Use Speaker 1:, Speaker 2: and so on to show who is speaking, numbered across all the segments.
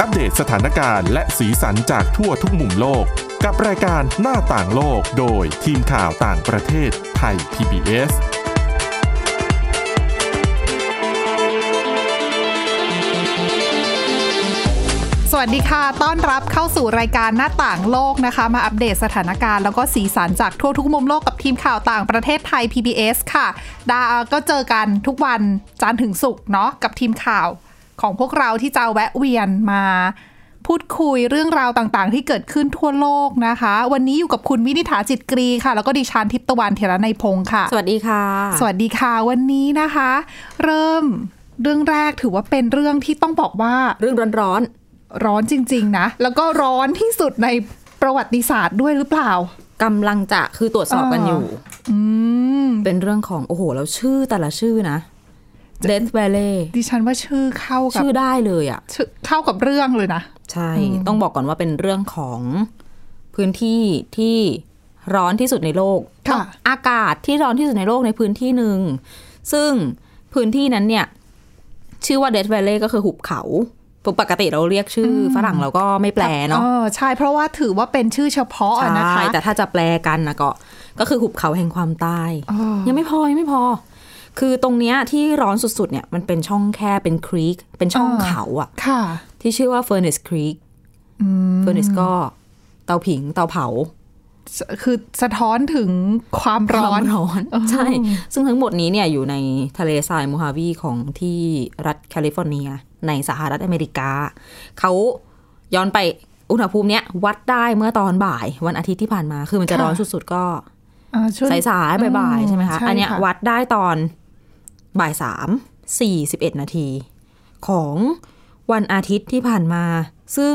Speaker 1: อัปเดตสถานการณ์และสีสันจากทั่วทุกมุมโลก กับรายการหน้าต่างโลกโดยทีมข่าวต่างประเทศไทย PBS
Speaker 2: สวัสดีค่ะ ต้อนรับเข้าสู่รายการหน้าต่างโลกนะคะ มาอัปเดตสถานการณ์แล้วก็สีสันจากทั่วทุกมุมโลกกับทีมข่าวต่างประเทศไทย PBS ค่ะดาก็เจอกันทุกวันจันทร์ถึงศุกร์เนาะกับทีมข่าวของพวกเราที่จะแวะเวียนมา พูดคุยเรื่องราวต่างๆ ที่เกิดขึ้นทั่วโลกนะคะ วันนี้อยู่กับคุณวินิษฐาจิตกรีค่ะ แล้วก็ดิฉันทิพย์ตะวันเทระในยพงค์ค่ะ
Speaker 3: สวัสดีค่ะ
Speaker 2: สวัสดีค่ะวันนี้นะคะ เริ่มเรื่องแรกถือว่าเป็นเรื่องที่ต้องบอกว่า
Speaker 3: เรื่องร้อน
Speaker 2: ร้อนจริง ๆ นะ แล้วก็ร้อนที่สุดในประวัติศาสตร์ด้วยหรือเปล่า
Speaker 3: ๆกำลังจะคือตรวจสอบกันอยู่ เป็นเรื่องของ โอ้โห แล้วชื่อแต่ละชื่อนะ Death Valley
Speaker 2: ดิฉันว่าชื่อเข้ากับ
Speaker 3: ชื่อได้เลยอ่ะ
Speaker 2: ชื่อเข้ากับเรื่องเลยนะ
Speaker 3: ใช่ ต้องบอกก่อนว่าเป็นเรื่องของพื้นที่ที่ร้อนที่สุดในโลก
Speaker 2: ค่ะ
Speaker 3: อากาศที่ร้อนที่สุดในโลกในพื้นที่หนึ่ง ซึ่งพื้นที่นั้นเนี่ย ชื่อว่า Death Valley ก็คือหุบเขา ปกติเราเรียกชื่ออฝรั่งเราก็ไม่แปลเนาะ
Speaker 2: ออใช่เพราะว่าถือว่าเป็นชื่อเฉพาะอะนะคะ
Speaker 3: แต่ถ้าจะแปลกันนะก็ก็คือหุบเขาแห่งความตาย ยังไม่พอ ยังไม่พอ คือตรงเนี้ยที่ร้อนสุดๆเนี่ยมันเป็นช่องแคบเป็นครีก เป็นช่อง
Speaker 2: อ่า
Speaker 3: เขาอะ
Speaker 2: ค่ะ
Speaker 3: ที่ชื่อว่าเฟอร์เนสครีกเฟอร์เนสก็เตาผิงเตาเผา
Speaker 2: คือสะท้อนถึงความร้อน
Speaker 3: ความร้อน ใช่ ซึ่งทั้งหมดนี้เนี่ยอยู่ในทะเลทรายมูฮาวีของที่รัฐแคลิฟอร์เนีย ในสหรัฐอเมริกา เขาย้อนไปอุณหภูมิเนี้ยวัดได้เมื่อตอนบ่าย วันอาทิตย์ที่ผ่านมา คือมันจะ
Speaker 2: ค่ะ
Speaker 3: ร้อนสุดๆก็
Speaker 2: อ่าช่วง
Speaker 3: สายสายๆบ่าย
Speaker 2: อื
Speaker 3: ๆ
Speaker 2: ม
Speaker 3: ใช่ไหมคะ
Speaker 2: ใช่
Speaker 3: อันเนี้ย
Speaker 2: ค่ะ
Speaker 3: วัดได้ตอนบ่ายสามสี่สิบเอ็ดนาที ของวันอาทิตย์ที่ผ่านมา ซึ่ง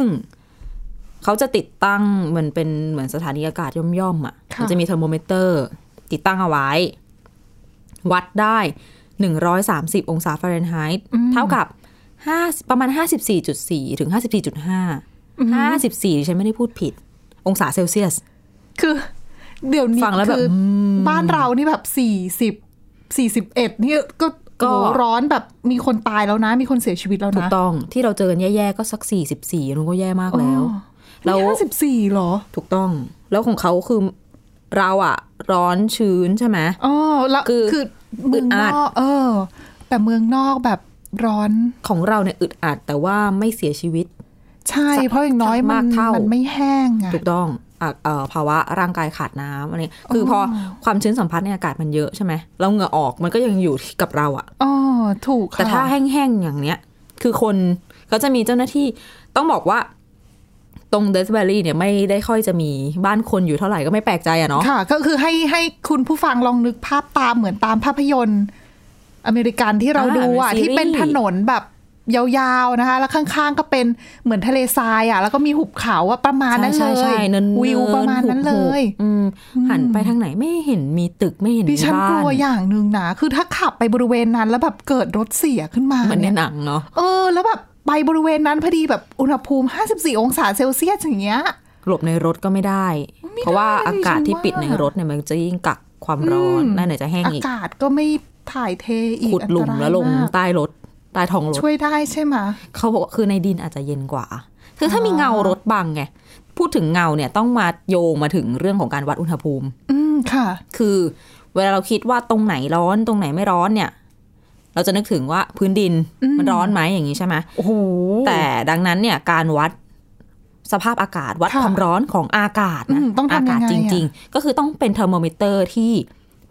Speaker 3: เขาจะติดตั้งเหมือนเป็นเหมือนสถานีอากาศย่อมๆอ่ะ
Speaker 2: ค่ะ
Speaker 3: มันจะมีเทอร์โมเมเตอร์ ติดตั้งเอาไว้ วัดได้หนึ่งร้อยสามสิบองศาฟาเรนไฮต์เท่ากับห้าประมาณห้าสิบสี่จุดสี่ถึงห้าสิบสี่จุดห้าห้าสิบสี่ฉันไม่ได้พูดผิด องศาเซลเซียส
Speaker 2: คือ เดี๋ยวนี้
Speaker 3: ฟังแล้วแบบ
Speaker 2: คืออบ้านเรานี่แบบสี่สิบสี่สิบเอ็ดนี่ก็
Speaker 3: ก็
Speaker 2: โอ้โหร้อนแบบมีคนตายแล้วนะ มีคนเสียชีวิตแล้ว
Speaker 3: ถู
Speaker 2: นะ
Speaker 3: กต้องที่เราเจอกันแย่ๆก็สักสี่สิบสี่นุ้นก็แย่มากแล้ว แล้ว
Speaker 2: ห้าสิบสี่54เหรอ
Speaker 3: ถูกต้อง แล้วของเขาคือเราอะร้อนชื้นใช่ไหม
Speaker 2: อ๋อแล้ว
Speaker 3: คือ
Speaker 2: คือเมือง
Speaker 3: อึดอั
Speaker 2: น
Speaker 3: ด
Speaker 2: อกเออ แต่เมืองนอกแบบร้อน
Speaker 3: ของเราเนี่ยอึดอัดแต่ว่าไม่เสียชีวิต
Speaker 2: ใช่ เพราะอย่างน้อย
Speaker 3: สัก
Speaker 2: มั
Speaker 3: มาก
Speaker 2: น
Speaker 3: เท่ามั
Speaker 2: มันไม่แห้งอะ
Speaker 3: ถูกต้องอ่ะเอ่อภาวะร่างกายขาดน้ำอะไรคือพอความชื้นสัมผัสในอากาศมันเยอะใช่ไหมเราเหงื่อออกมันก็ยังอยู่ที่กับเราอะ
Speaker 2: อ๋อ ถูกค่ะ
Speaker 3: แต่ถ้าแห้งๆ อย่างเนี้ย คือคนเขาจะมีเจ้าหน้าที่ต้องบอกว่า ตรงเดส v วล l ีเนี่ยไม่ได้ค่อยจะมีบ้านคนอยู่เท่าไหร่ก็ไม่แปลกใจอะเนาะ
Speaker 2: ค่ะ ก็คือให้ให้คุณผู้ฟังลองนึกภาพตามเหมือนตามภาพยนตร์ อเมริกันที่เรา
Speaker 3: อ่า
Speaker 2: ดูอ่ะ
Speaker 3: เป็นซีรีส์
Speaker 2: ที่เป็นถนนแบบยาวๆนะคะ แล้วข้างๆก็เป็นเหมือนทะเลทรายอ่ะ แล้วก็มีหุบเขาอ่ะประมาณนั้นเล
Speaker 3: ใช่ใช่
Speaker 2: ย
Speaker 3: ใช่เนิน
Speaker 2: วิว
Speaker 3: เนิน
Speaker 2: ประมาณนั้น
Speaker 3: หุบ
Speaker 2: เลย
Speaker 3: หุบอืมหันไปทางไหนไม่เห็นมีตึกไม่เห็น
Speaker 2: ดิ
Speaker 3: มี
Speaker 2: ฉัน
Speaker 3: บ้าก
Speaker 2: ลัวน อย่างหนึ่งนะคือถ้าขับไปบริเวณนั้นแล้วแบบเกิดรถเสียขึ้นมา
Speaker 3: เหมือนใน
Speaker 2: เนี่ย
Speaker 3: หนังเนาะ
Speaker 2: เออ แล้วแบบไปบริเวณนั้นพอดีแบบอุณหภูมิ 54 องศาเซลเซียสอย่างเงี้ย
Speaker 3: หลบในรถก็ไม่ได้ เพราะว่าอากาศที่ปิดในรถเนี่ยมันจะยิ่งกักความร้อน
Speaker 2: อืม
Speaker 3: นั่นไหนจะแห้ง
Speaker 2: อา
Speaker 3: อีก
Speaker 2: กาศก็ไม่ถ่ายเทอีก
Speaker 3: ขุดหลุม
Speaker 2: อันตราย
Speaker 3: แล้วลง
Speaker 2: มาก
Speaker 3: ใต้รถใต้ท้องรถ
Speaker 2: ช่วยได้ใช่ไหมะ
Speaker 3: เขาบอกว่าคือในดินอาจจะเย็นกว่า คือถ้ามีเงารถบังไง พูดถึงเงาเนี่ยต้องมาโยงมาถึงเรื่องของการวัดอุณหภูมิ
Speaker 2: อืมค่ะ
Speaker 3: คือเวลาเราคิดว่าตรงไหนร้อนตรงไหนไม่ร้อนเนี่ย เราจะนึกถึงว่าพื้นดินมันร้อนไหมอย่างนี้ใช่ไหม
Speaker 2: โอ้โห
Speaker 3: แต่ดังนั้นเนี่ยการวัดสภาพอากาศวัด
Speaker 2: ค่ะ
Speaker 3: ความร้อนของอากาศนะ
Speaker 2: อืมต้องทำยังไง
Speaker 3: กาศจริง
Speaker 2: อะ
Speaker 3: ๆ ก็คือต้องเป็นเทอร์โมมิเตอร์ที่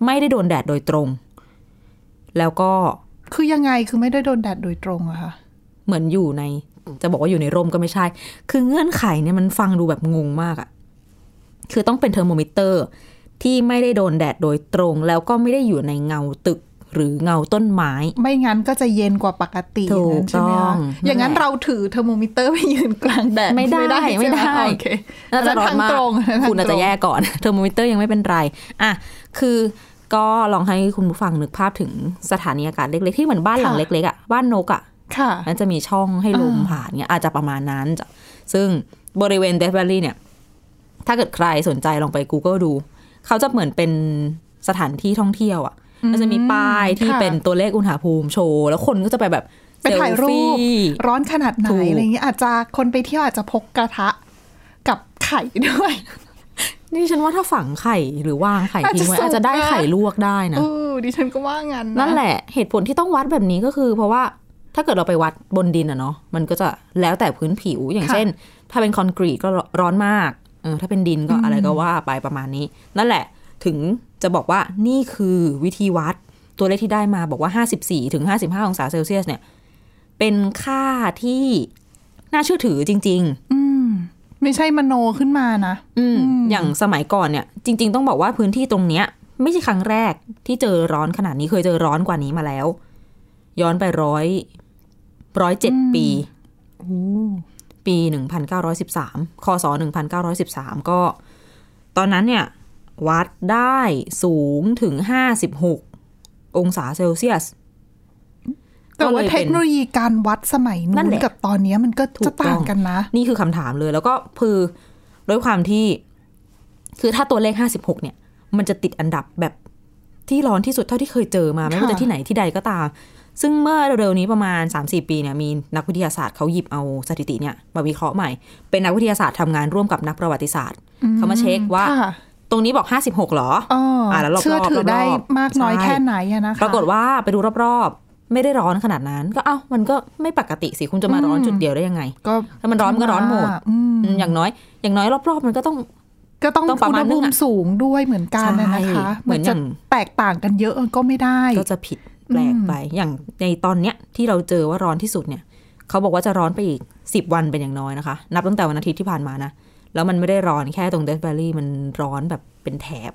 Speaker 3: ไม่ได้โดนแดดโดยตรง แล้วก็
Speaker 2: คือยังไงคือไม่ได้โดนแดดโดยตรงอะค่ะ
Speaker 3: เหมือนอยู่ใน จะบอกว่าอยู่ในร่มก็ไม่ใช่ คือเงื่อนไขเนี่ยมันฟังดูแบบงงมากอะคือต้องเป็นเทอร์โมมิเตอร์ที่ไม่ได้โดนแดดโดยตรง แล้วก็ไม่ได้อยู่ในเงาตึกหรือเงาต้นไม้
Speaker 2: ไม่งั้นก็จะเย็นกว่าปกติ
Speaker 3: ถู
Speaker 2: ย่า
Speaker 3: ก
Speaker 2: นั้นใช่ไหม
Speaker 3: ต้อง
Speaker 2: คะอย่างนั้นเราถือเทอร์โมมิเตอร์ไปยืนกลางแดด
Speaker 3: ไม่ได้ไม่ได้
Speaker 2: ใช่หโอเค
Speaker 3: น่าจะร้อนมาก
Speaker 2: ทงตรงทงต รง
Speaker 3: คุณอาจจะแย่ก่อน เทอร์โมมิเตอร์ยังไม่เป็นไร อ่ะ คือก็ลองให้คุณผู้ฟังนึกภาพถึงสถานีอากาศเล็กๆ ที่เหมือนบ้านหลังเล็กๆอ่ะ บ้านนกอ่ะ
Speaker 2: ค่ะ
Speaker 3: มันจะมีช่องให้ลมผ่านเนี่ยอาจจะประมาณนั้นจ้ะซึ่งบริเวณเดฟเวลลี่เนี่ย ถ้าเกิดใครสนใจลองไป Google ดู เขาจะเหมือนเป็นสถานที่ท่องเที่ยวอะ่ะมันจะมีป้ายที่
Speaker 2: ค่ะ
Speaker 3: เป็นตัวเลขอุณหภูมิโชว์ แล้วคนก็จะไปแบบ
Speaker 2: ไปถ่ายรูป
Speaker 3: เซลฟี่
Speaker 2: ร้อนขนาดไหน
Speaker 3: ถูก
Speaker 2: อะไรเงี้ยอาจจะคนไปเที่ยวอาจจะพกกระทะกับไข่ด้วย
Speaker 3: นี่ฉันว่าถ้าฝังไข่หรือวางไข่
Speaker 2: อาจจะ
Speaker 3: ทิ้งไว้
Speaker 2: สุก
Speaker 3: อาจจะได้
Speaker 2: นะ
Speaker 3: ไข่ลวกได้นะ
Speaker 2: เออดิฉันก็ว่างั้น
Speaker 3: นั่นแหละเหตุผลที่ต้องวัดแบบนี้ก็คือ เพราะว่าถ้าเกิดเราไปวัดบนดินอะเนาะมันก็จะแล้วแต่พื้นผิวอย่างเช่น ถ้าเป็นคอนกรีตก็ร้อนมากเออถ้าเป็นดินก็อะไรก็ว่าไปประมาณนี้ นั่นแหละถึงจะบอกว่านี่คือวิธีวัดตัวเลขที่ได้มาบอกว่า 54ถึง55 องศาเซลเซียสเนี่ยเป็นค่าที่น่าเชื่อถือจริง ๆ
Speaker 2: อืม ไม่ใช่มโนขึ้นมานะ
Speaker 3: อืมอย่างสมัยก่อนเนี่ย จริง ๆ ต้องบอกว่าพื้นที่ตรงเนี้ย ไม่ใช่ครั้งแรกที่เจอร้อนขนาดนี้เคยเจอร้อนกว่านี้มาแล้ว ย้อนไปร้อยร้อยเจ็ดปีปีหนึ่งพันเก้าร้อยสิบสามคศหนึ่งพันเก้าร้อยสิบสามก็ ตอนนั้นเนี่ย วัดได้สูงถึงห้าสิบหกองศาเซลเซียส
Speaker 2: แต่ว่าเทคโนโลยีการวัดสมัย
Speaker 3: นั่
Speaker 2: นู้น
Speaker 3: นแหละ
Speaker 2: กับตอนเนี้ยมันก็
Speaker 3: ถูกต้
Speaker 2: จะ
Speaker 3: อง
Speaker 2: ต่างกันนะ
Speaker 3: นี่คือคำถามเลยแล้วก็คือด้วยความที่ คือถ้าตัวเลขห้าสิบหกเนี่ย มันจะติดอันดับแบบที่ร้อนที่สุดเท่าที่เคยเจอมา ไม่ว่า
Speaker 2: ค่ะ
Speaker 3: จะที่ไหนที่ใดก็ตาม ซึ่งเมื่อเร็วๆนี้ประมาณ 3-4 ปีเนี่ยมีนักวิทยาศาสตร์เขาหยิบเอาสถิติเนี่ยมาวิเคราะห์ใหม่ เป็นนักวิทยาศาสตร์ทำงานร่วมกับนักประวัติศาสตร์ เขามาเช็คว่า
Speaker 2: ค่ะ
Speaker 3: ตรงนี้บอก 56เหรอ
Speaker 2: เออ
Speaker 3: อ่ะแล้วรอบๆ
Speaker 2: เชื่อถือได้
Speaker 3: รอบๆ
Speaker 2: มากน้อย
Speaker 3: ใช่
Speaker 2: แค่ไหนอะนะคะ
Speaker 3: ปรากฏว่าไปดูรอบๆ ไม่ได้ร้อนขนาดนั้น ก็เอ้ามันก็ไม่ปกติสิคุณจะมาร้อน
Speaker 2: อืม
Speaker 3: จุดเดียวได้ยังไง
Speaker 2: ก็
Speaker 3: ถ้ามันร้อนมันก็ร้อนหมด
Speaker 2: อืม
Speaker 3: อืมอย่างน้อยอย่างน้อยรอบๆมันก็ต้อง
Speaker 2: ก็ต้อง
Speaker 3: ต้องประ
Speaker 2: อุณ
Speaker 3: มาณ
Speaker 2: ห
Speaker 3: นึ
Speaker 2: ภู
Speaker 3: งอะ
Speaker 2: มิสูงด้วยเหมือนกันน่ะนะคะ
Speaker 3: ใช่เหมือนอ
Speaker 2: จะ
Speaker 3: ย่าง
Speaker 2: แตกต่างกันเยอะก็ไม่ได้
Speaker 3: ก็จะผิดแปลกไป อย่างในตอนเนี้ยที่เราเจอว่าร้อนที่สุดเนี่ย เขาบอกว่าจะร้อนไปอีกสิบวันเป็นอย่างน้อยนะคะ นับตั้งแต่วันอาทิตย์ที่ผ่านมานะ แล้วมันไม่ได้ร้อนแค่ตรงเด a แ v ล l ี่มันร้อนแบบเป็นแถบ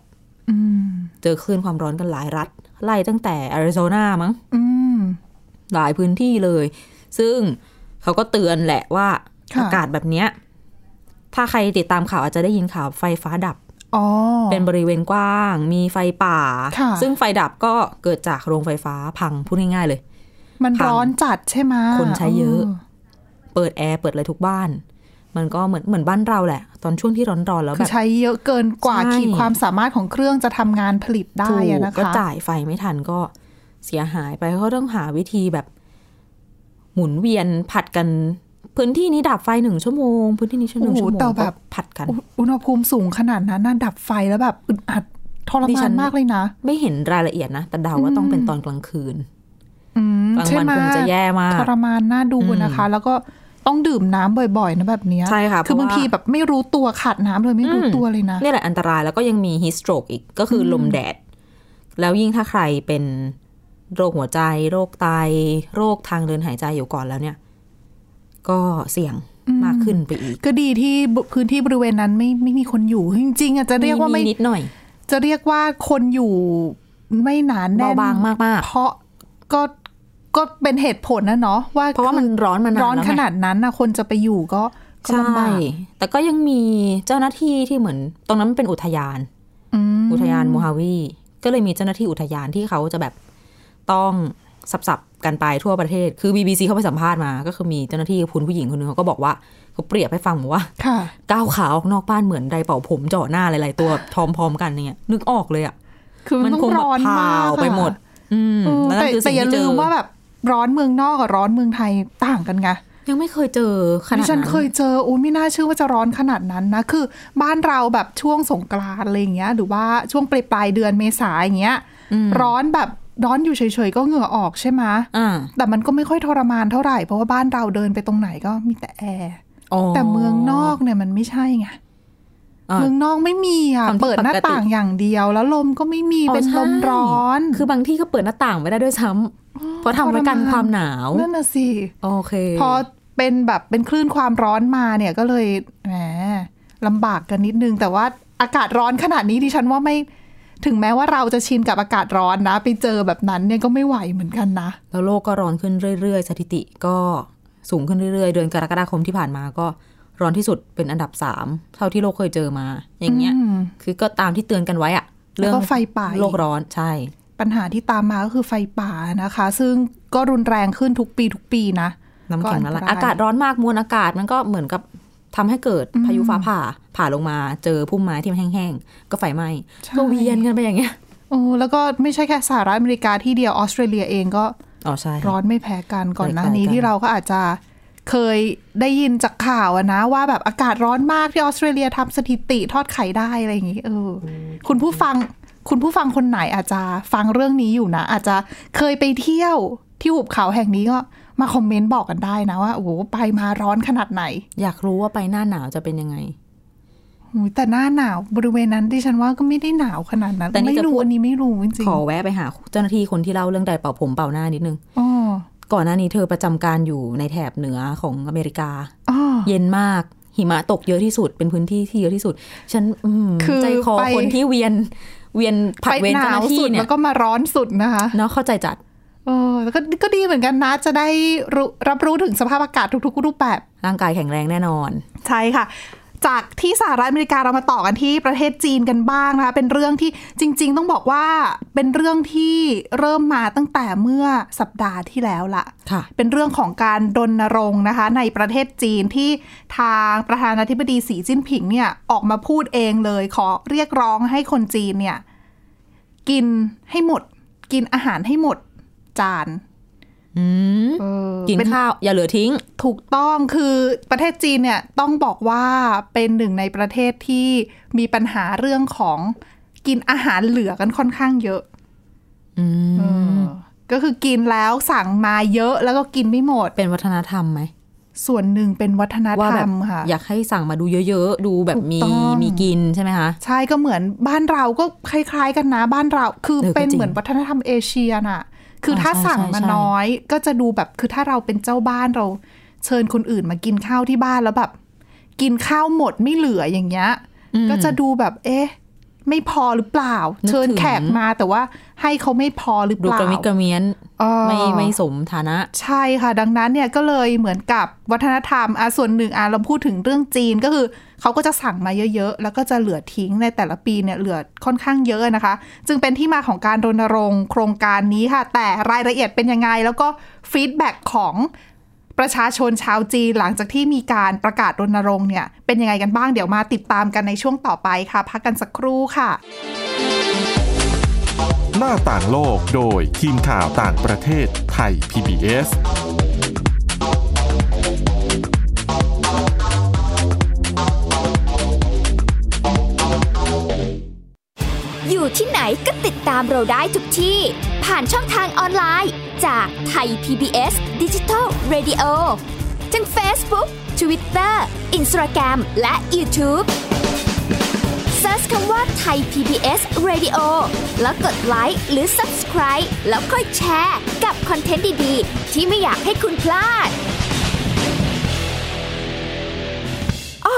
Speaker 2: อืม
Speaker 3: เจอคลื่นความร้อนกันหลายรัฐ ไล่ตั้งแต่อาริโซนามั้ง
Speaker 2: อืม
Speaker 3: หลายพื้นที่เลย ซึ่งเขาก็เตือนแหละว่า
Speaker 2: ค่ะ
Speaker 3: อากาศแบบเนี้ยถ้าใครติดตามข่าวอาจจะได้ยินข่าวไฟฟ้าดับ
Speaker 2: อ๋อ
Speaker 3: เป็นบริเวณกว้าง มีไฟป่า
Speaker 2: ค่ะ
Speaker 3: ซึ่งไฟดับก็เกิดจากโรงไฟฟ้าพังพูดง่ายๆเลย
Speaker 2: มันร้อนจัดใช่ไหม
Speaker 3: คนใช้เยอะ เปิดแอร์เปิดอะไรทุกบ้าน มันก็เหมือนเหมือนบ้านเราแหละ ตอนช่วงที่ร้อนๆแล้ว
Speaker 2: คื
Speaker 3: แบ
Speaker 2: อบ ใช้เยอะเกินกว่า
Speaker 3: ใช่
Speaker 2: ขีดความสามารถของเครื่องจะทำงานผลิตได้อะนะ
Speaker 3: ถูกก็
Speaker 2: คะ
Speaker 3: จ่ายไฟไม่ทันก็เสียหายไปเขาต้องหาวิธีแบบ หมุนเวียนผัดกัน พื้นที่นี้ดับไฟหนึ่งชั่วโมง พื้นที่นี้ชั่วโมง
Speaker 2: โอ้โห
Speaker 3: ชั่วโมง
Speaker 2: แต่แบบ
Speaker 3: ก็ผัดกัน
Speaker 2: อุอุณหภูมิสูงขนาดนั้นน่ะดับไฟแล้วแบบอึดอัดทร
Speaker 3: ดิ
Speaker 2: มา
Speaker 3: ฉั
Speaker 2: น
Speaker 3: น
Speaker 2: มากเลยนะ
Speaker 3: ไม่เห็นรายละเอียดนะแต่เดาว่าต้องเป็นตอนกลางคืน
Speaker 2: อืม
Speaker 3: กลาง
Speaker 2: ใช่
Speaker 3: วัน
Speaker 2: ไหม
Speaker 3: คงจะแย่มาก
Speaker 2: ทรมานน่าดู
Speaker 3: อืม
Speaker 2: นะคะ แล้วก็ต้องดื่มน้ำบ่อยๆนะแบบเนี้ย
Speaker 3: ใช่ค่ะเพราะว่า
Speaker 2: คือบางทีแบบไม่รู้ตัวขาดน้ำเลยไม่รู้ตัวเลยนะ
Speaker 3: นี่แหละอันตรายแล้วก็ยังมี heat stroke อีกก็คืออลมแดด แล้วยิ่งถ้าใครเป็นโรคหัวใจ โรคไต โรคทางเดินหายใจอยู่ก่อนแล้วเนี่ย ก็เสี่ยงมากขึ้นไปอีก
Speaker 2: ก็ดีที่บพื้นที่บริเวณนั้นไม่ไม่มีคนอยู่จริงๆอ่ะจะเรียกว่าไม่
Speaker 3: นิดหน่อย
Speaker 2: จะเรียกว่าคนอยู่ไม่หนานแน่น
Speaker 3: เบาบางมากๆ
Speaker 2: เพราะก็ก็เป็นเหตุผลนะเนาะว่า
Speaker 3: เพราะว่ามันร้อนมา
Speaker 2: คื
Speaker 3: นาน
Speaker 2: ร้อน
Speaker 3: แล้ว
Speaker 2: ข
Speaker 3: ไง
Speaker 2: นาดนั้นนะคนจะไปอยู่ก็ก็
Speaker 3: ใช่
Speaker 2: ลำบาก
Speaker 3: แต่ก็ยังมีเจ้าหน้าที่ที่เหมือน ตรงนั้นมันเป็นอุทยาน
Speaker 2: อืม
Speaker 3: อุทยานมูฮาวีก็เลยมีเจ้าหน้าที่อุทยานที่เขาจะแบบต้องสับๆกันไปทั่วประเทศ คือ BBC เขาไปสัมภาษณ์มา ก็คือมีเจ้าหน้าที่คุณผู้หญิงคนหนึงเขาก็บอกว่าเขาเปรียบให้ฟังบอกว่า
Speaker 2: ค่ะ
Speaker 3: ก้าวขาออกนอกบ้านเหมือนไดเป่าผมเจาะหน้าหลายๆตัวพร้อมๆกันเนี่ยนึกออกเลยอ่ะ
Speaker 2: คือ
Speaker 3: มั
Speaker 2: มัน นต้อ
Speaker 3: คง
Speaker 2: ง
Speaker 3: แบ
Speaker 2: ร้
Speaker 3: บ
Speaker 2: อน
Speaker 3: พาม
Speaker 2: าก
Speaker 3: ว
Speaker 2: อะ
Speaker 3: ไปหมด อืม
Speaker 2: เออ
Speaker 3: แล้
Speaker 2: แต่
Speaker 3: วนั่นคือ
Speaker 2: แต่
Speaker 3: สิ่ง
Speaker 2: อย่า
Speaker 3: ที่เจ
Speaker 2: ลื
Speaker 3: อ
Speaker 2: มว่าแบบร้อนเมืองนอกกับร้อนเมืองไทยต่างกันไง
Speaker 3: ยังไม่เคยเจอขนา
Speaker 2: ดิ
Speaker 3: ด
Speaker 2: ฉั
Speaker 3: นั้นน
Speaker 2: เคยเจออุ้ยไม่น่าเชื่อว่าจะร้อนขนาดนั้นนะ คือบ้านเราแบบช่วงสงกรานต์อะไรอย่างเงี้ย หรือว่าช่วงปลายปลายๆเดือนเมษาอย่างเงี้ย ร้อนแบบร้อนอยู่เฉยๆก็เหงื่อออกใช่ไหมะ
Speaker 3: อ่า
Speaker 2: แต่มันก็ไม่ค่อยทรมานเท่าไหร่เพราะว่าบ้านเราเดินไปตรงไหนก็มีแต่แอร์
Speaker 3: อ๋
Speaker 2: แต่เมืองนอกเนี่ยมันไม่ใช่ไง
Speaker 3: า
Speaker 2: เมืองนอกไม่มีอ่ะ
Speaker 3: ความที่
Speaker 2: เปิดหน้า
Speaker 3: ปกติ
Speaker 2: ต่างอย่างเดียว แล้วลมก็ไม่มีเป็น
Speaker 3: อ๋อ
Speaker 2: ลม
Speaker 3: ใช่
Speaker 2: ร้อน
Speaker 3: คือบางที่ก็เปิดหน้าต่างไม่ได้ด้วยซ้ำเพราะทำไว้กันความหนาว
Speaker 2: นั่นน่ะสิ
Speaker 3: โอเค
Speaker 2: พอเป็นแบบเป็นคลื่นความร้อนมาเนี่ยก็เลยแหมลำบากกันนิดนึง แต่ว่าอากาศร้อนขนาดนี้ดิฉันว่าไม่ถึงแม้ว่าเราจะชินกับอากาศร้อนนะ ไปเจอแบบนั้นเนี่ยก็ไม่ไหวเหมือนกันนะ
Speaker 3: แล้วโลกก็ร้อนขึ้นเรื่อยๆ สถิติก็สูงขึ้นเรื่อยๆ เดือนกรกฎาคมที่ผ่านมาก็ร้อนที่สุดเป็นอันดับสามเท่าที่โลกเคยเจอมา อย่างเงี้ย
Speaker 2: อืม
Speaker 3: คือก็ตามที่เตือนกันไว้อะเรื่
Speaker 2: แล้วก็ไฟป่าอีก
Speaker 3: โลกร้อนใช่
Speaker 2: ปัญหาที่ตามมาก็คือไฟป่านะคะ ซึ่งก็รุนแรงขึ้นทุกปีทุกปีนะ
Speaker 3: น้ำแข็งละลาย
Speaker 2: ก็อันตราย
Speaker 3: อากาศร้อนมากมวลอากาศมันก็เหมือนกับทำให้เกิดพายุฟ้าผ่าผ่าลงมาเจอพุ่มไม้ที่มันแห้งๆ ก็ไฟไหม้ก็เวียนกันไปอย่างเงี้ย
Speaker 2: โอ้แล้วก็ไม่ใช่แค่สหรัฐอเมริกาที่เดียวออสเตรเลียเองก็
Speaker 3: อ๋อใช่
Speaker 2: ร้อนไม่แพ้กันก่อนหน้านี้
Speaker 3: แตกต่างกัน
Speaker 2: ที่เราก็อาจจะเคยได้ยินจากข่าวอะนะ ว่าแบบอากาศร้อนมากที่ออสเตรเลียทำสถิติทอดไข่ได้อะไรอย่างงี้เอออคุณผู้ฟังคุณผู้ฟังคนไหนอาจจะฟังเรื่องนี้อยู่นะ อาจจะเคยไปเที่ยวที่หุบเขาแห่งนี้ก็มาคอมเมนต์บอกกันได้นะว่าโอ้โหไปมาร้อนขนาดไหน
Speaker 3: อยากรู้ว่าไปหน้าหนาวจะเป็นยังไง
Speaker 2: หูยแต่หน้าหนาวบริเวณนั้นที่ฉันว่าก็ไม่ได้หนาวขนาดนั้น
Speaker 3: แต่นี่
Speaker 2: ไม่
Speaker 3: จะ
Speaker 2: รู้
Speaker 3: พูด
Speaker 2: อันนี้ไม่รู้จริง
Speaker 3: ขอแวะไปหาเจ้าหน้าที่คนที่เล่าเรื่องใดเป่าผมเป่าหน้านิดนึง
Speaker 2: ๆอ๋อ
Speaker 3: ก่อนหน้านี้เธอประจำการอยู่ในแถบเหนือของอเมริกา
Speaker 2: อ๋อ
Speaker 3: เย็นมาก หิมะตกเยอะที่สุดเป็นพื้นที่ที่เยอะที่สุด ฉันอืม
Speaker 2: คือ
Speaker 3: ใจคอ
Speaker 2: ไป
Speaker 3: คนที่เวียนเวียนผัด
Speaker 2: ไป
Speaker 3: เวียน
Speaker 2: ห
Speaker 3: เจ้า
Speaker 2: นา
Speaker 3: ห
Speaker 2: ว
Speaker 3: น้าที่
Speaker 2: สุด
Speaker 3: เนี่
Speaker 2: แล้
Speaker 3: ยว
Speaker 2: ก็มาร้อนสุดนะคะ
Speaker 3: เนาะเข้าใจจัด
Speaker 2: เออแล้วก็ก็ดีเหมือนกันนะ จะได้รู้รับรู้ถึงสภาพอากาศทุกๆ รูปแบบ
Speaker 3: ร่างกายแข็งแรงแน่นอน
Speaker 2: ใช่ค่ะ จากที่สหรัฐอเมริกาเรามาต่อกันที่ประเทศจีนกันบ้างนะคะ เป็นเรื่องที่จริง ๆ ต้องบอกว่าเป็นเรื่องที่เริ่มมาตั้งแต่เมื่อสัปดาห์ที่แล้วละ
Speaker 3: ค่ะ
Speaker 2: เป็นเรื่องของการรณรงค์นะคะ ในประเทศจีนที่ทางประธานาธิบดีสีจิ้นผิงเนี่ยออกมาพูดเองเลย ขอเรียกร้องให้คนจีนเนี่ยกินให้หมด กินอาหารให้หมดจาน
Speaker 3: อืม
Speaker 2: เออ
Speaker 3: กิน
Speaker 2: เป็น
Speaker 3: ข้าวอย่าเหลือทิ้ง
Speaker 2: ถูกต้องคือประเทศจีนเนี่ยต้องบอกว่าเป็นหนึ่งในประเทศที่มีปัญหาเรื่องของกินอาหารเหลือกันค่อนข้างเยอะ
Speaker 3: อืม
Speaker 2: เออก็คือกินแล้วสั่งมาเยอะแล้วก็กินไม่หมด
Speaker 3: เป็นวัฒนธรรมไหม
Speaker 2: ส่วนหนึ่งเป็นวัฒน
Speaker 3: ว่า
Speaker 2: ธร
Speaker 3: แบ
Speaker 2: ร
Speaker 3: บ
Speaker 2: มค่ะ
Speaker 3: อยากให้สั่งมาดูเยอะๆ ดูแบบมี
Speaker 2: ถูกต้อง
Speaker 3: มีกินใช่ไหมคะ
Speaker 2: ใช่ก็เหมือนบ้านเราก็คล้าย ๆ กันนะบ้านเรา คือ
Speaker 3: เออก็
Speaker 2: เป็น
Speaker 3: จริง
Speaker 2: เหมือนวัฒนธรรมเอเชียน่ะ คืออา ถ้า
Speaker 3: ใช่
Speaker 2: สั่ง
Speaker 3: ใช่
Speaker 2: มา
Speaker 3: ใช่
Speaker 2: น้อย ก็จะดูแบบคือถ้าเราเป็นเจ้าบ้านเรา เชิญคนอื่นมากินข้าวที่บ้านแล้วแบบ กินข้าวหมดไม่เหลืออย่างเงี้ย
Speaker 3: อืม
Speaker 2: ก็จะดูแบบ เอ๊ะ ไม่พอหรือเปล่า
Speaker 3: นึกถึง
Speaker 2: เชิญแขกมาแต่ว่าให้เขาไม่พอหรือเป
Speaker 3: ดู
Speaker 2: ล่าก
Speaker 3: ระมิดกระเมียน
Speaker 2: เออ
Speaker 3: ไม่ไม่สมฐานะ
Speaker 2: ใช่ค่ะ ดังนั้นเนี่ยก็เลยเหมือนกับวัฒนธรรมอ่ะส่วนหนึ่งอ่ะเราพูดถึงเรื่องจีนก็คือ เขาก็จะสั่งมาเยอะ ๆ แล้วก็จะเหลือทิ้งในแต่ละปีเนี่ยเหลือค่อนข้างเยอะนะคะ จึงเป็นที่มาของการรณรงค์โครงการนี้ค่ะ แต่รายละเอียดเป็นยังไง แล้วก็ฟีดแบ็กของประชาชนชาวจีนหลังจากที่มีการประกาศรณรงค์เนี่ยเป็นยังไงกันบ้างเดี๋ยวมาติดตามกันในช่วงต่อไปค่ะ พักกันสักครู่ค่ะ
Speaker 1: หน้าต่างโลกโดยทีมข่าวต่างประเทศไทย PBS
Speaker 4: อยู่ที่ไหนก็ติดตามเราได้ทุกที่ ผ่านช่องทางออนไลน์ จากไทย PBS Digital Radio ทั้ง Facebook Twitter Instagram และ YouTube Search คำว่าไทย PBS Radio แล้วกดไลค์หรือ Subscribe แล้วค่อยแชร์ กับคอนเทนต์ดี ๆ ที่ไม่อยากให้คุณพลาดอ้อ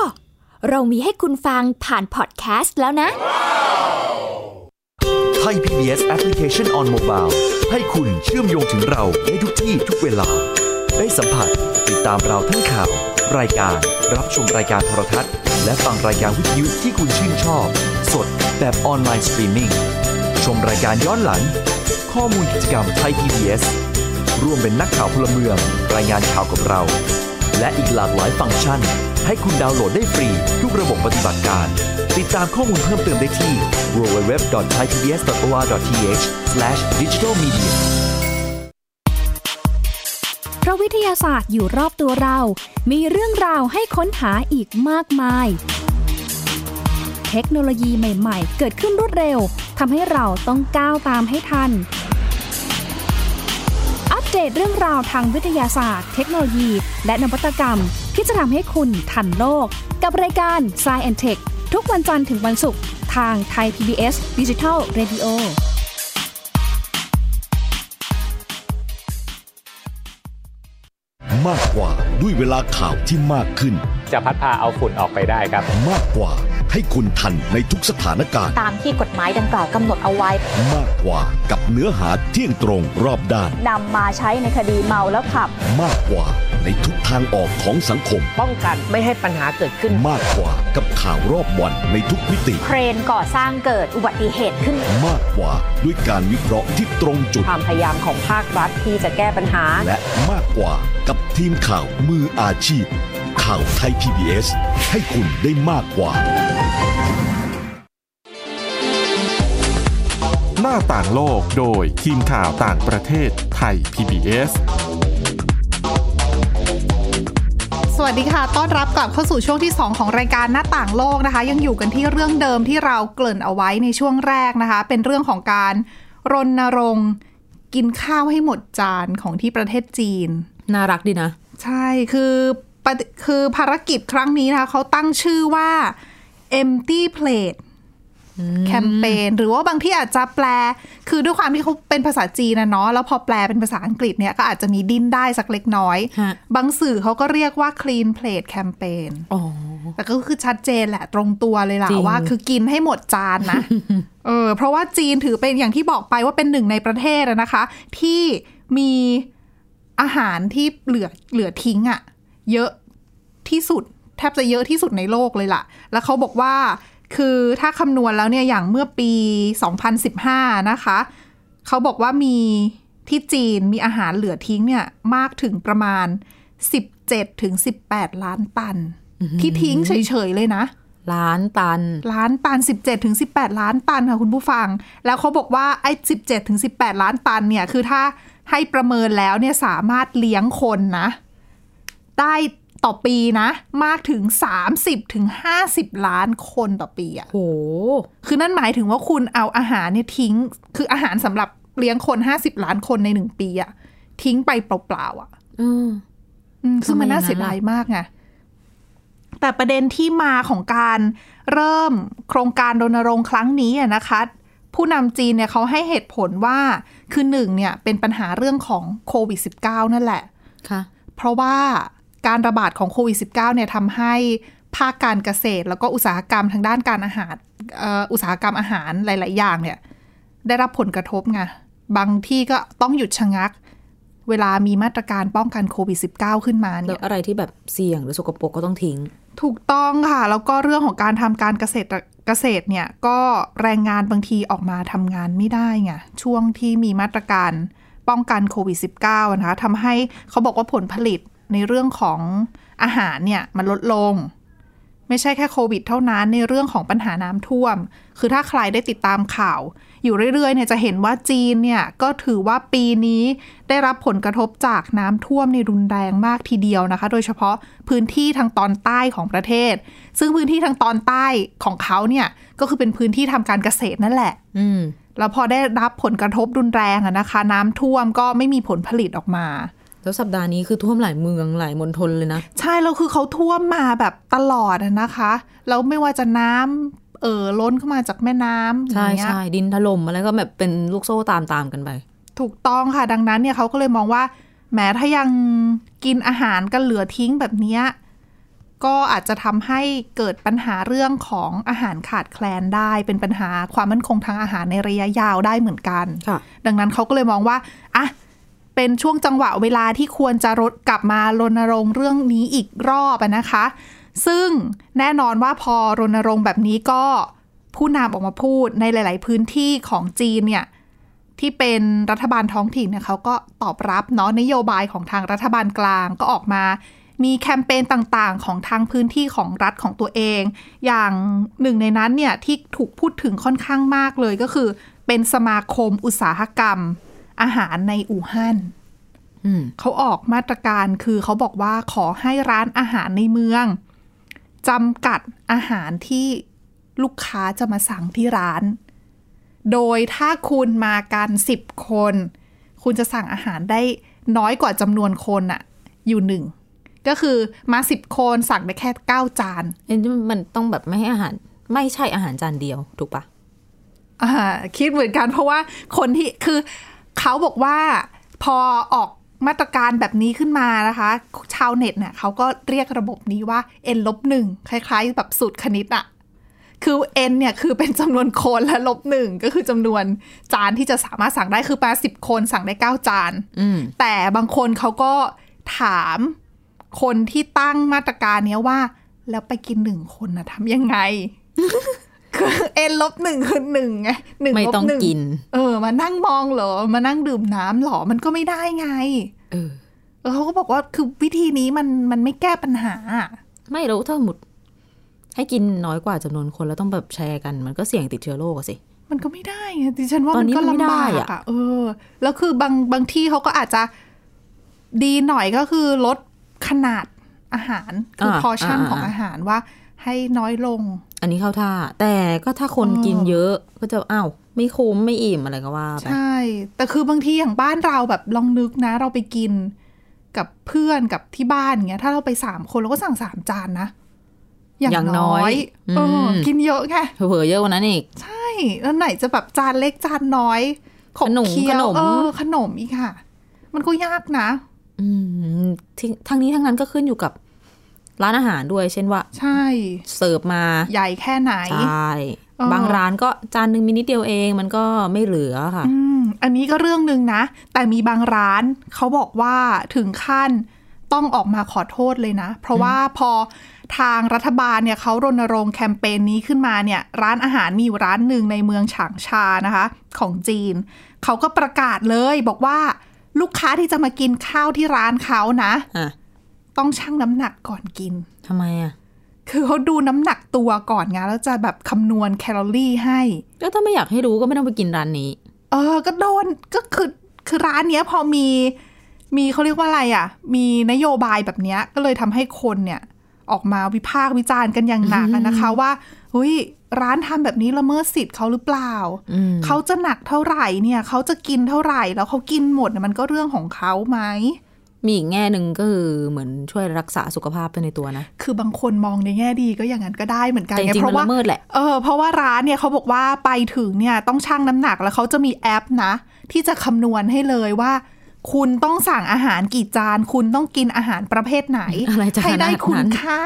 Speaker 4: เรามีให้คุณฟังผ่านพอดแคสต์แล้วนะ
Speaker 5: ไทย PBS Application on Mobile ให้คุณเชื่อมโยงถึงเราได้ทุกที่ทุกเวลา ได้สัมผัสติดตามเราทั้งข่าว รายการ รับชมรายการโทรทัศน์ และฟังรายการวิทยุที่คุณชื่นชอบ สดแบบออนไลน์สตรีมมิ่งชมรายการย้อนหลัง ข้อมูลกิจกรรมไทย PBS ร่วมเป็นนักข่าวพลเมือง รายงานข่าวกับเรา และอีกหลากหลายฟังก์ชัน ให้คุณดาวน์โหลดได้ฟรี ทุกระบบปฏิบัติการ ติดตามข้อมูลเพิ่มเติมได้ที่ www.thaipbs.or.th/digitalmedia
Speaker 4: เพราะวิทยาศาสตร์อยู่รอบตัวเรา มีเรื่องราวให้ค้นหาอีกมากมาย เทคโนโลยีใหม่ๆ เกิดขึ้นรวดเร็ว ทำให้เราต้องก้าวตามให้ทัน อัปเดตเรื่องราวทางวิทยาศาสตร์ เทคโนโลยี และนวัตกรรม ที่จะทำให้คุณทันโลก กับรายการ s c i e n t e c h ทุกวันจันทร์ถึงวันศุกร์ทางไทย PBS Digital Radio
Speaker 6: มากกว่าด้วยเวลาข่าวที่มากขึ้น
Speaker 7: จะพัดพาเอาฝุ่นออกไปได้ครับ
Speaker 6: มากกว่าให้คุณทันในทุกสถานการณ์
Speaker 8: ตามที่กฎหมายดังกล่าวกำหนดเอาไว้
Speaker 6: มากกว่ากับเนื้อหาเที่ยงตรงรอบด้าน
Speaker 8: นำมาใช้ในคดีเมาแล้วขับ
Speaker 6: มากกว่าในทุกทางออกของสังคม
Speaker 9: ป้องกันไม่ให้ปัญหาเกิดขึ้น
Speaker 6: มากกว่ากับข่าวรอบวันในทุกมิติ
Speaker 8: เครนก่อสร้างเกิดอุบัติเหตุขึ้น
Speaker 6: มากกว่าด้วยการวิเคราะห์ที่ตรงจุด
Speaker 9: ความพยายามของภาครัฐที่จะแก้ปัญหา
Speaker 6: และมากกว่ากับทีมข่าวมืออาชีพ ข่าวไทย PBS ให้คุณได้มากกว่า
Speaker 1: ห หน้าต่างโลกโดยทีมข่าวต่างประเทศไทย PBS
Speaker 2: สวัสดีค่ะ ต้อนรับกลับเข้าสู่ช่วงที่ 2 ของรายการหน้าต่างโลกนะคะ ยังอยู่กันที่เรื่องเดิมที่เราเกริ่นเอาไว้ในช่วงแรกนะคะ เป็นเรื่องของการรณรงค์กินข้าวให้หมดจานของที่ประเทศจีน
Speaker 3: น่ารักดีนะ
Speaker 2: ใช่ คือปฏิคือภารกิจครั้งนี้นะคะเขาตั้งชื่อว่า empty plate แคมเปญหรือว่าบางที่อาจจะแปล คือด้วยความที่เขาเป็นภาษาจีนนะเนาะแล้วพอแปลเป็นภาษาอังกฤษเนี่ยก็อาจจะมีดิ้นได้สักเล็กน้อย
Speaker 3: ฮะ
Speaker 2: บางสื่อเขาก็เรียกว่า clean plate campaign
Speaker 3: อ๋อ
Speaker 2: แต่ก็คือชัดเจนแหละตรงตัวเลยล่ะ
Speaker 3: จริง
Speaker 2: ว่าคือกินให้หมดจาน นะ เออเพราะว่าจีนถือเป็นอย่างที่บอกไปว่าเป็นหนึ่งในประเทศอะนะคะ ที่มีอาหารที่เหลือเหลือทิ้งอะเยอะที่สุด แทบจะเยอะที่สุดในโลกเลยล่ะ แล้วเขาบอกว่าคือถ้าคำนวณแล้วเนี่ยอย่างเมื่อปี 2015 นะคะ เขาบอกว่ามีที่จีนมีอาหารเหลือทิ้งเนี่ยมากถึงประมาณ 17ถึง18 ล้านตัน ที่ทิ้งเฉยๆเลยนะ
Speaker 3: ล้านตัน
Speaker 2: ล้านตัน 17ถึง18 ล้านตันค่ะคุณผู้ฟัง แล้วเขาบอกว่าไอ้17ถึง18 ล้านตันเนี่ยคือถ้าให้ประเมินแล้วเนี่ยสามารถเลี้ยงคนนะ ได้ต่อปีนะ มากถึง 30ถึง50 ล้านคนต่อปีอะ
Speaker 3: โห
Speaker 2: คือนั่นหมายถึงว่าคุณเอาอาหารเนี่ยทิ้ง คืออาหารสำหรับเลี้ยงคน 50 ล้านคนในหนึ่งปีอะทิ้งไปเปล่าๆอะ
Speaker 3: เออ
Speaker 2: อืมซึ่งมัน
Speaker 3: ทำไม
Speaker 2: น่า
Speaker 3: อย่างนั้น
Speaker 2: เสียดายมากไง แต่ประเด็นที่มาของการเริ่มโครงการรณรงค์ครั้งนี้อะนะคะ ผู้นำจีนเนี่ยเขาให้เหตุผลว่า คือหนึ่งเนี่ยเป็นปัญหาเรื่องของโควิด -19 นั่นแหละ
Speaker 3: ค่ะ
Speaker 2: เพราะว่าการระบาดของโควิด -19 เนี่ยทำให้ภาคการเกษตร แล้วก็อุตสาหกรรมทางด้านการอาหารเอ่ออุตสาหกรรมอาหารหลาย ๆ อย่างเนี่ย ได้รับผลกระทบไงบางที่ก็ต้องหยุดชะงัก เวลามีมาตรการป้องกันโควิด -19 ขึ้นมา
Speaker 3: แล้
Speaker 2: เนี่
Speaker 3: วย อะไรที่แบบเสี่ยงหรือสกปรกก็ต้องทิ้ง
Speaker 2: ถูกต้องค่ะ แล้วก็เรื่องของการทำการเกษตรเกษตรเนี่ยก็แรงงานบางทีออกมาทำงานไม่ได้ไงช่วงที่มีมาตรการป้องกันโควิด -19 อะนะคะทำให้เขาบอกว่าผลผลิตในเรื่องของอาหารเนี่ยมันลดลง ไม่ใช่แค่โควิดเท่านั้นในเรื่องของปัญหาน้ำท่วม คือถ้าใครได้ติดตามข่าว อยู่เรื่อยๆเนี่ยจะเห็นว่าจีนเนี่ยก็ถือว่าปีนี้ได้รับผลกระทบจากน้ำท่วมในรุนแรงมากทีเดียวนะคะ โดยเฉพาะพื้นที่ทางตอนใต้ของประเทศ ซึ่งพื้นที่ทางตอนใต้ของเขาเนี่ยก็คือเป็นพื้นที่ทำการเกษตรนั่นแหละ
Speaker 3: อืม
Speaker 2: แล้วพอได้รับผลกระทบรุนแรงอะนะคะ น้ำท่วมก็ไม่มีผลผลิตออกมา
Speaker 3: แล้วสัปดาห์นี้คือท่วมหลายเมืองหลายมณฑลเลยนะ
Speaker 2: ใช่แล้วคือเขาท่วมมาแบบตลอดอะนะคะแล้วไม่ว่าจะน้ำเอ่อล้นเข้ามาจากแม่น้ำอ
Speaker 3: ใช่
Speaker 2: ย่างเงี้ย
Speaker 3: ใช่ดินถล่มอะไรก็แบบเป็นลูกโซ่ตามตามๆกันไป
Speaker 2: ถูกต้องค่ะดังนั้นเนี่ยเขาก็เลยมองว่าแม้ถ้ายังกินอาหารกันเหลือทิ้งแบบเนี้ยก็อาจจะทำให้เกิดปัญหาเรื่องของอาหารขาดแคลนได้ เป็นปัญหาความมั่นคงทางอาหารในระยะยาวได้เหมือนกัน
Speaker 3: ค่ะ
Speaker 2: ดังนั้นเขาก็เลยมองว่าอ่ะเป็นช่วงจังหวะเวลาที่ควรจะรดกลับมารณรงค์เรื่องนี้อีกรอบอะนะคะ ซึ่งแน่นอนว่าพอรณรงค์แบบนี้ก็ผู้นำออกมาพูดในหลาย ๆ พื้นที่ของจีนเนี่ย ที่เป็นรัฐบาลท้องถิ่นเนี่ยเขาก็ตอบรับเนาะนโยบายของทางรัฐบาลกลางก็ออกมา มีแคมเปญต่างๆ ของทางพื้นที่ของรัฐของตัวเอง อย่างหนึ่งในนั้นเนี่ยที่ถูกพูดถึงค่อนข้างมากเลยก็คือ เป็นสมาคมอุตสาหกรรม อาหารในอู่ฮั่น
Speaker 3: อืม
Speaker 2: เขาออกมาตรการคือเขาบอกว่าขอให้ร้านอาหารในเมืองจำกัดอาหารที่ลูกค้าจะมาสั่งที่ร้าน โดยถ้าคุณมากันสิบคน คุณจะสั่งอาหารได้น้อยกว่าจำนวนคนอะอยู่หนึ่ง ก็คือมาสิบคนสั่งได้แค่เก้าจาน
Speaker 3: เอ้ยมันต้องแบบไม่ให้อาหาร ไม่ใช่อาหารจานเดียว ถูกปะ
Speaker 2: อ่าคิดเหมือนกันเพราะว่าคนที่คือเขาบอกว่าพอออกมาตรการแบบนี้ขึ้นมานะคะ ชาวเน็ตเนี่ยเขาก็เรียกระบบนี้ว่า n ลบหนึ่งคล้ายๆ แบบสูตรคณิตอะคือ n เนี่ย คือเป็นจำนวนคนและลบหนึ่งก็คือจำนวนจานที่จะสามารถสั่งได้คือมาสิบคนสั่งได้เก้าจาน
Speaker 3: อืม
Speaker 2: แต่บางคนเขาก็ถามคนที่ตั้งมาตรการเนี้ยว่า แล้วไปกินหนึ่งคนนะทำยังไง คือเอ็นลบหนึ่งคือหนึ่งไงหนึ่ง
Speaker 3: ไม่
Speaker 2: ลบ
Speaker 3: ต้อง
Speaker 2: หนึ่ง
Speaker 3: กิน
Speaker 2: เออ มานั่งมองเหรอ มานั่งดื่มน้ำเหรอ มันก็ไม่ได้ไง
Speaker 3: เออ
Speaker 2: เออเขาก็บอกว่าคือวิธีนี้มันมันไม่แก้ปัญหา
Speaker 3: ไม่รู้ถ้าหมุด ให้กินน้อยกว่าจำนวนคนแล้วต้องแบบแชร์กัน มันก็เสี่ยงติดเชื้อโรคอะสิ
Speaker 2: มันก็ไม่ได้ไงดิฉันว่า
Speaker 3: ตอ
Speaker 2: มัน น
Speaker 3: นี้
Speaker 2: ก็
Speaker 3: มันไม่
Speaker 2: ลำบาก
Speaker 3: ได้อะ
Speaker 2: อะเออ แล้วคือบางบางที่เขาก็อาจจะดีหน่อยก็คือลดขนาดอาหาร คืออา พอชั่น
Speaker 3: อ่า
Speaker 2: ของอาหารว่าให้น้อยลง
Speaker 3: อันนี้เข้าท่า แต่ก็ถ้าคน
Speaker 2: เออ
Speaker 3: กินเยอะก็จะอ้าวไม่คุ้มไม่อิ่มอะไรก็ว่าไป
Speaker 2: ใช่ แต่คือบางทีอย่างบ้านเราแบบลองนึกนะ เราไปกินกับเพื่อนกับที่บ้านเงี้ย ถ้าเราไปสามคนเราก็สั่งสามจานนะเออกินเยอะไง
Speaker 3: เผลอๆเยอะกว่านั้นอีก
Speaker 2: ใช่แล้วไหนจะแบบจานเล็กจานน้อยของ
Speaker 3: ขนม
Speaker 2: เคี้ย
Speaker 3: ขน
Speaker 2: ว
Speaker 3: ม
Speaker 2: เออขนมอีกค่ะ มันก็ยากนะ
Speaker 3: อืมทิ้งทั้งนี้ทั้งนั้นก็ขึ้นอยู่กับร้านอาหารด้วย เช่นว่า
Speaker 2: ใช่
Speaker 3: เสิร์ฟมา
Speaker 2: ใหญ่แค่ไหน
Speaker 3: ใช่
Speaker 2: เออ
Speaker 3: บางร้านก็จานหนึ่งมินิดเดียวเองมันก็ไม่เหลือค่ะ
Speaker 2: อืมอันนี้ก็เรื่องหนึ่งนะ แต่มีบางร้านเขาบอกว่าถึงขั้นต้องออกมาขอโทษเลยนะ เพราะว่าพอทางรัฐบาลเนี่ยเขารณรงค์แคมเปญนี้ขึ้นมาเนี่ย ร้านอาหารมีอยู่ร้านหนึ่งในเมืองฉางชานะคะ ของจีน เขาก็ประกาศเลยบอกว่าลูกค้าที่จะมากินข้าวที่ร้านเขานะ
Speaker 3: อ่ะ
Speaker 2: ต้องชั่งน้ำหนักก่อนกิน
Speaker 3: ทำไมอ่ะ
Speaker 2: คือเขาดูน้ำหนักตัวก่อนไงแล้วจะแบบคำนวณแคลอรี่ให้
Speaker 3: ก็ถ้าไม่อยากให้รู้ก็ไม่ต้องไปกินร้านนี้
Speaker 2: เออ ก็โดน ก็คือ คือร้านเนี้ยพอมี มีเขาเรียกว่าอะไรอ่ะ มีนโยบายแบบเนี้ย ก็เลยทำให้คนเนี่ย ออกมาวิพากษ์วิจารณ์กันอย่างหนักอะนะคะว่าเฮ้ยร้านทำแบบนี้ละเมิดสิทธิ์เขาหรือเปล่า
Speaker 3: อืม
Speaker 2: เขาจะหนักเท่าไหร่เนี่ย เขาจะกินเท่าไหร่ แล้วเขากินหมดเนี่ยมันก็เรื่องของเขาไหม
Speaker 3: มีอีกแง่หนึ่งก็คือเหมือนช่วยรักษาสุขภาพไปในตัวนะ
Speaker 2: คือบางคนมองในแง่ดีก็อย่างนั้นก็ได้เหมือนกัน
Speaker 3: แต่จ
Speaker 2: ไง
Speaker 3: ริง
Speaker 2: เพ
Speaker 3: ๆมัน
Speaker 2: ราะว่า
Speaker 3: ละเมิดแหละ
Speaker 2: เออเพราะว่าร้านเนี่ยเขาบอกว่าไปถึงเนี่ยต้องชั่งน้ำหนักแล้วเขาจะมีแอปนะ ที่จะคำนวณให้เลยว่า คุณต้องสั่งอาหารกี่จาน คุณต้องกินอาหารประเภทไหน
Speaker 3: อะไรจะ
Speaker 2: ให้ได้
Speaker 3: ขนาดนั้น
Speaker 2: คุณค่า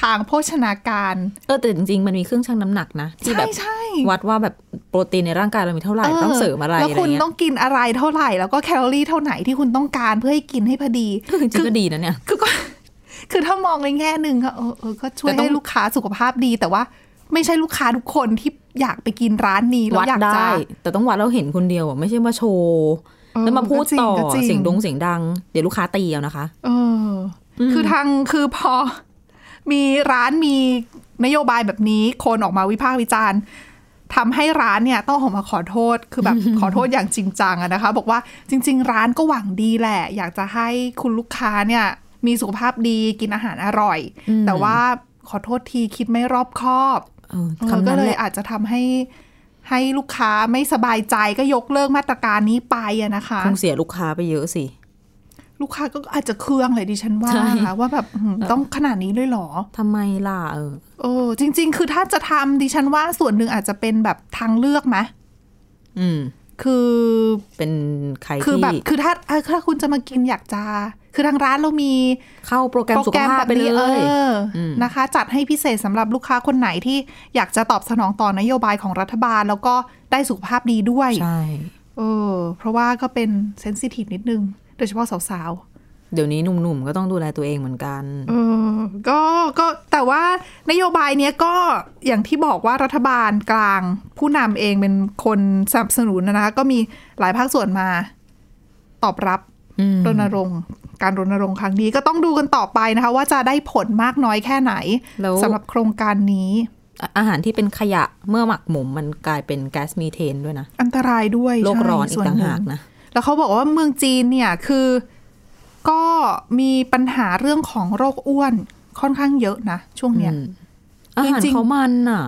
Speaker 2: ทางโภชนาการ
Speaker 3: เออแต่จริงๆมันมีเครื่องชั่งน้ำหนักนะที่แบ
Speaker 2: ใช่
Speaker 3: บ
Speaker 2: ใช่
Speaker 3: วัดว่าแบบโปรตีนในร่างกายเรามีเท่าไหร่ต้องเสริมอะไร
Speaker 2: แล้ว
Speaker 3: อะไร
Speaker 2: คุณ
Speaker 3: เงี้ย
Speaker 2: ต้องกินอะไรเท่าไหร่แล้วก็แคลอรี่เท่าไหร่ที่คุณต้องการเพื่อให้กินให้พอดี
Speaker 3: คือจริงๆก็ดีนะเนี่ย
Speaker 2: คือก็ คือถ้ามองในแง่หนึ่งก็เออเออก็ช่วย
Speaker 3: แต่ต้อ
Speaker 2: ให้
Speaker 3: ง
Speaker 2: ลูกค้าสุขภาพดี แต่ว่าไม่ใช่ลูกค้าทุกคนที่อยากไปกินร้านนี้แล้ว
Speaker 3: วัด
Speaker 2: อยาก
Speaker 3: ได้
Speaker 2: จะ
Speaker 3: แต่ต้องวัดแล้วเห็นคนเดียวอะไม่ใช่มาโชว์
Speaker 2: เออ
Speaker 3: แล้วมาพูด
Speaker 2: ก็จริง
Speaker 3: ต่อ
Speaker 2: ก็จริง
Speaker 3: เสียงดงเสียงดัง เดี๋ยวลูกค้าตีเอานะคะ
Speaker 2: เอออคือทางคือพอ มีร้านมีนโยบายแบบนี้ คนออกมาวิพากษ์วิจารณ์ทำให้ร้านเนี่ยต้องออกมาขอโทษคือ แบบ ขอโทษอย่างจริงจังอะนะคะ บอกว่าจริง ๆ ร้านก็หวังดีแหละ อยากจะให้คุณลูกค้าเนี่ย มีสุขภาพดีกินอาหารอร่อย
Speaker 3: อืม
Speaker 2: แต่ว่าขอโทษทีคิดไม่รอบคอบ
Speaker 3: เออ
Speaker 2: เออ
Speaker 3: คำ
Speaker 2: ก็
Speaker 3: นั้น
Speaker 2: เล
Speaker 3: แห
Speaker 2: ย
Speaker 3: ละ
Speaker 2: อาจจะทำให้ให้ลูกค้าไม่สบายใจก็ยกเลิกมาตรการนี้ไปอะนะคะ
Speaker 3: คงเสียลูกค้าไปเยอะสิ
Speaker 2: ลูกค้าก็อาจจะเคืองเลยดิฉันว่า
Speaker 3: ใช่
Speaker 2: ค่ะว่าแบบอืมต้องขนาดนี้เลยเหรอ
Speaker 3: ทำไมล่ะเออ
Speaker 2: เออจริง ๆ คือถ้าจะทำดิฉันว่าส่วนหนึ่งอาจจะเป็นแบบทางเลือกไหม
Speaker 3: อืม
Speaker 2: คือ
Speaker 3: เป็นใคร
Speaker 2: คือ
Speaker 3: ที่
Speaker 2: แบบคือถ้าเออถ้าคุณจะมากินอยากจะ คือทางร้านเรามี
Speaker 3: เข้าโปรแกรม
Speaker 2: โปร
Speaker 3: สุข
Speaker 2: แกรม
Speaker 3: ภาพ
Speaker 2: แบบ
Speaker 3: ไปเล
Speaker 2: นี้เอย ออ
Speaker 3: ม
Speaker 2: นะคะ จัดให้พิเศษสำหรับลูกค้าคนไหนที่อยากจะตอบสนองต่อนโยบายของรัฐบาล แล้วก็ได้สุขภาพดีด้วย
Speaker 3: ใช่
Speaker 2: เออเพราะว่าก็เป็นเซนซิทีฟนิดนึง โดยเฉพาะสาวๆ
Speaker 3: เดี๋ยวนี้หนุ่มๆก็ต้องดูแลตัวเองเหมือนกัน
Speaker 2: เออก็ก็แต่ว่านโยบายเนี้ยก็อย่างที่บอกว่ารัฐบาลกลาง ผู้นำเองเป็นคนสนับสนุนนะคะก็มีหลายภาคส่วนมาตอบรับ
Speaker 3: อืม
Speaker 2: รณรงค์การรณรงค์ครั้งนี้ก็ต้องดูกันต่อไปนะคะ ว่าจะได้ผลมากน้อยแค่ไหน
Speaker 3: แล้ว
Speaker 2: สำหรับโครงการนี้
Speaker 3: อ่ะอาหารที่เป็นขยะเมื่อหมักหมมมันกลายเป็นแก๊สมีเทนด้วยนะ
Speaker 2: อันตรายด้วย
Speaker 3: โลกร้อน
Speaker 2: ใช่
Speaker 3: อี
Speaker 2: ส่ว
Speaker 3: กต่าง
Speaker 2: นึ่
Speaker 3: หากนะ
Speaker 2: แล้วเขาบอกว่าเมืองจีนเนี่ยคือก็มีปัญหาเรื่องของโรคอ้วนค่อนข้างเยอะนะช่วงเนี้ย
Speaker 3: อืมอาหาร
Speaker 2: จริงๆ
Speaker 3: เขามันอ่ะ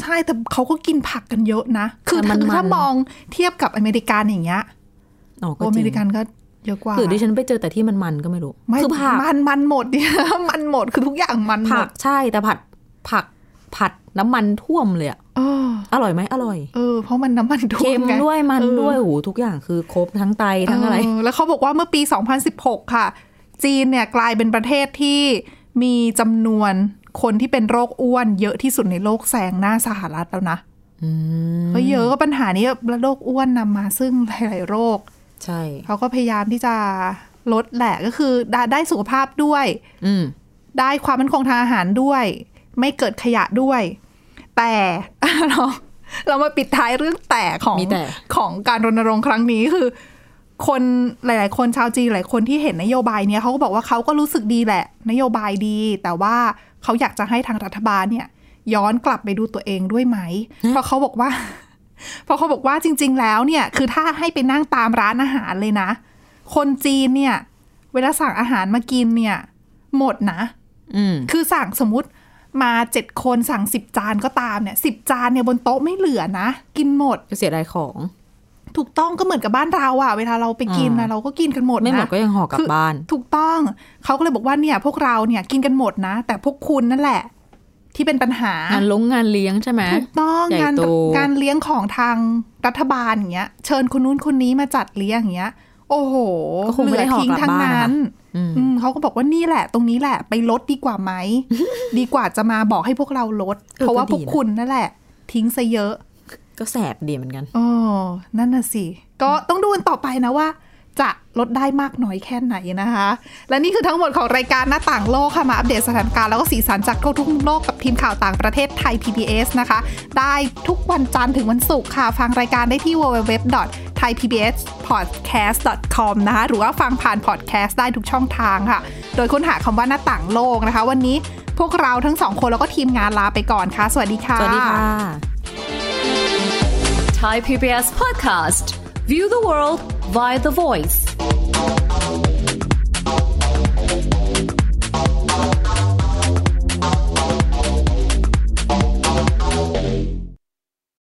Speaker 2: ใช่แต่เขาก็กินผักกันเยอะนะ คือ
Speaker 3: มันๆ
Speaker 2: ถ้ามองเทียบกับอเมริกันอย่างเงี้ย
Speaker 3: อ๋อ
Speaker 2: โอ
Speaker 3: ก็จริง
Speaker 2: อเมริกันก็เยอะกว่า
Speaker 3: หรือดิฉันไปเจอแต่ที่มันมันๆก็ไม่รู้
Speaker 2: ไม่
Speaker 3: คือผัก
Speaker 2: มันมันหมด เนี่ย มันหมดคือทุกอย่างมันหม
Speaker 3: ผัก
Speaker 2: ด
Speaker 3: ใช่แต่ผัดผักผัดน้ำมันท่วมเลยอะ
Speaker 2: เออ
Speaker 3: อร่อยไหมอร่อย
Speaker 2: เออ เพราะมันน้ำมันท่วม
Speaker 3: เค็ม
Speaker 2: ไง
Speaker 3: ด้วยมัน
Speaker 2: เออ
Speaker 3: ด้วยโอ้โหทุกอย่างคือครบทั้งไตทั้งอะไร
Speaker 2: เแล้วเขาบอกว่าเมื่อปี 2016 ค่ะ จีนเนี่ยกลายเป็นประเทศที่มีจำนวนคนที่เป็นโรคอ้วน เยอะที่สุดในโลกแซงหน้าสหรัฐแล้วนะ
Speaker 3: อืม
Speaker 2: ก็เยอะก็ปัญหานี้แล้วโรคอ้วนนำมาซึ่งหลายๆโรค
Speaker 3: ใช่
Speaker 2: เขาก็พยายามที่จะลดแหละก็คือได้ได้สุขภาพด้วย
Speaker 3: อืม
Speaker 2: ได้ความมั่นคงทางอาหารด้วย ไม่เกิดขยะด้วย แต่ เราเรามาปิดท้ายเรื่องแต่ของ
Speaker 3: มีแต่
Speaker 2: ของการรณรงค์ครั้งนี้คือ คนหลาย ๆ คนชาวจีนหลายคนที่เห็นนโยบายเนี้ยเขาก็บอกว่าเขาก็รู้สึกดีแหละ นโยบายดี แต่ว่าเขาอยากจะให้ทางรัฐบาลเนี่ย ย้อนกลับไปดูตัวเองด้วยไหม เพราะเขาบอกว่า เพราะเขาบอกว่าจริง ๆ แล้วเนี่ย คือถ้าให้ไปนั่งตามร้านอาหารเลยนะ คนจีนเนี่ย เวลาสั่งอาหารมากินเนี่ย หมดนะ
Speaker 3: อืม
Speaker 2: คือสั่งสมมติมาเจ็ดคนสั่งสิบจานก็ตามเนี่ยสิบจานเนี่ยบนโต๊ะไม่เหลือนะ กินหมด
Speaker 3: ก็เสียดายของ
Speaker 2: ถูกต้องก็เหมือนกับบ้านเราอะเวลาเราไปกินนะ
Speaker 3: อ่า
Speaker 2: เราก็กินกันหมดนะ
Speaker 3: ไม่หมดก็ยังห่อกลับ
Speaker 2: คือ
Speaker 3: บ้าน
Speaker 2: ถูกต้องเขาก็เลยบอกว่าเนี่ยพวกเราเนี่ยกินกันหมดนะ แต่พวกคุณนั่นแหละ ที่เป็นปัญหาง
Speaker 3: านลงงานเลี้ยงใช่ไหม
Speaker 2: ถูกต้อง
Speaker 3: ใหญ่
Speaker 2: งาน
Speaker 3: โต
Speaker 2: งานเลี้ยงของทางรัฐบาลอย่างเงี้ย เชิญคนนู้นคนนี้มาจัดเลี้ยงอย่างเงี้ย โอ้โห
Speaker 3: ก็คง
Speaker 2: เหลื
Speaker 3: ไม่
Speaker 2: อ
Speaker 3: ได้ห่อ
Speaker 2: ทิ้ง
Speaker 3: กลับ
Speaker 2: ทั้ง
Speaker 3: บ้านนะ
Speaker 2: นั้น
Speaker 3: คะอืม
Speaker 2: อืมเขาก็บอกว่านี่แหละ ตรงนี้แหละ ไปลดดีกว่าไหม ดีกว่าจะมาบอกให้พวกเราลด เพราะว่าพวกคุณนั่นแหละ ทิ้งซะเยอะ
Speaker 3: ก็แสบดีเหมือนกัน
Speaker 2: อ๋อ นั่นน่ะสิ ก็ต้องดูกันต่อไปนะว่า จะลดได้มากน้อยแค่ไหนนะคะ และนี่คือทั้งหมดของรายการหน้าต่างโลกค่ะ มาอัปเดตสถานการณ์แล้วก็สีสันจากทั่วทุกมุมโลกกับทีมข่าวต่างประเทศไทย PBS นะคะ ได้ทุกวันจันทร์ถึงวันศุกร์ค่ะ ฟังรายการได้ที่ www.thaipbspodcast.com นะคะ หรือว่าฟังผ่านพอดแคสต์ได้ทุกช่องทางค่ะ โดยค้นหาคำว่าหน้าต่างโลกนะคะ วันนี้พวกเราทั้งสองคนแล้วก็ทีมงานลาไปก่อนค่ะ สวัสดีค่ะ
Speaker 3: สวัสดีค่ะ
Speaker 10: Thai PBS podcast. View the world via the voice.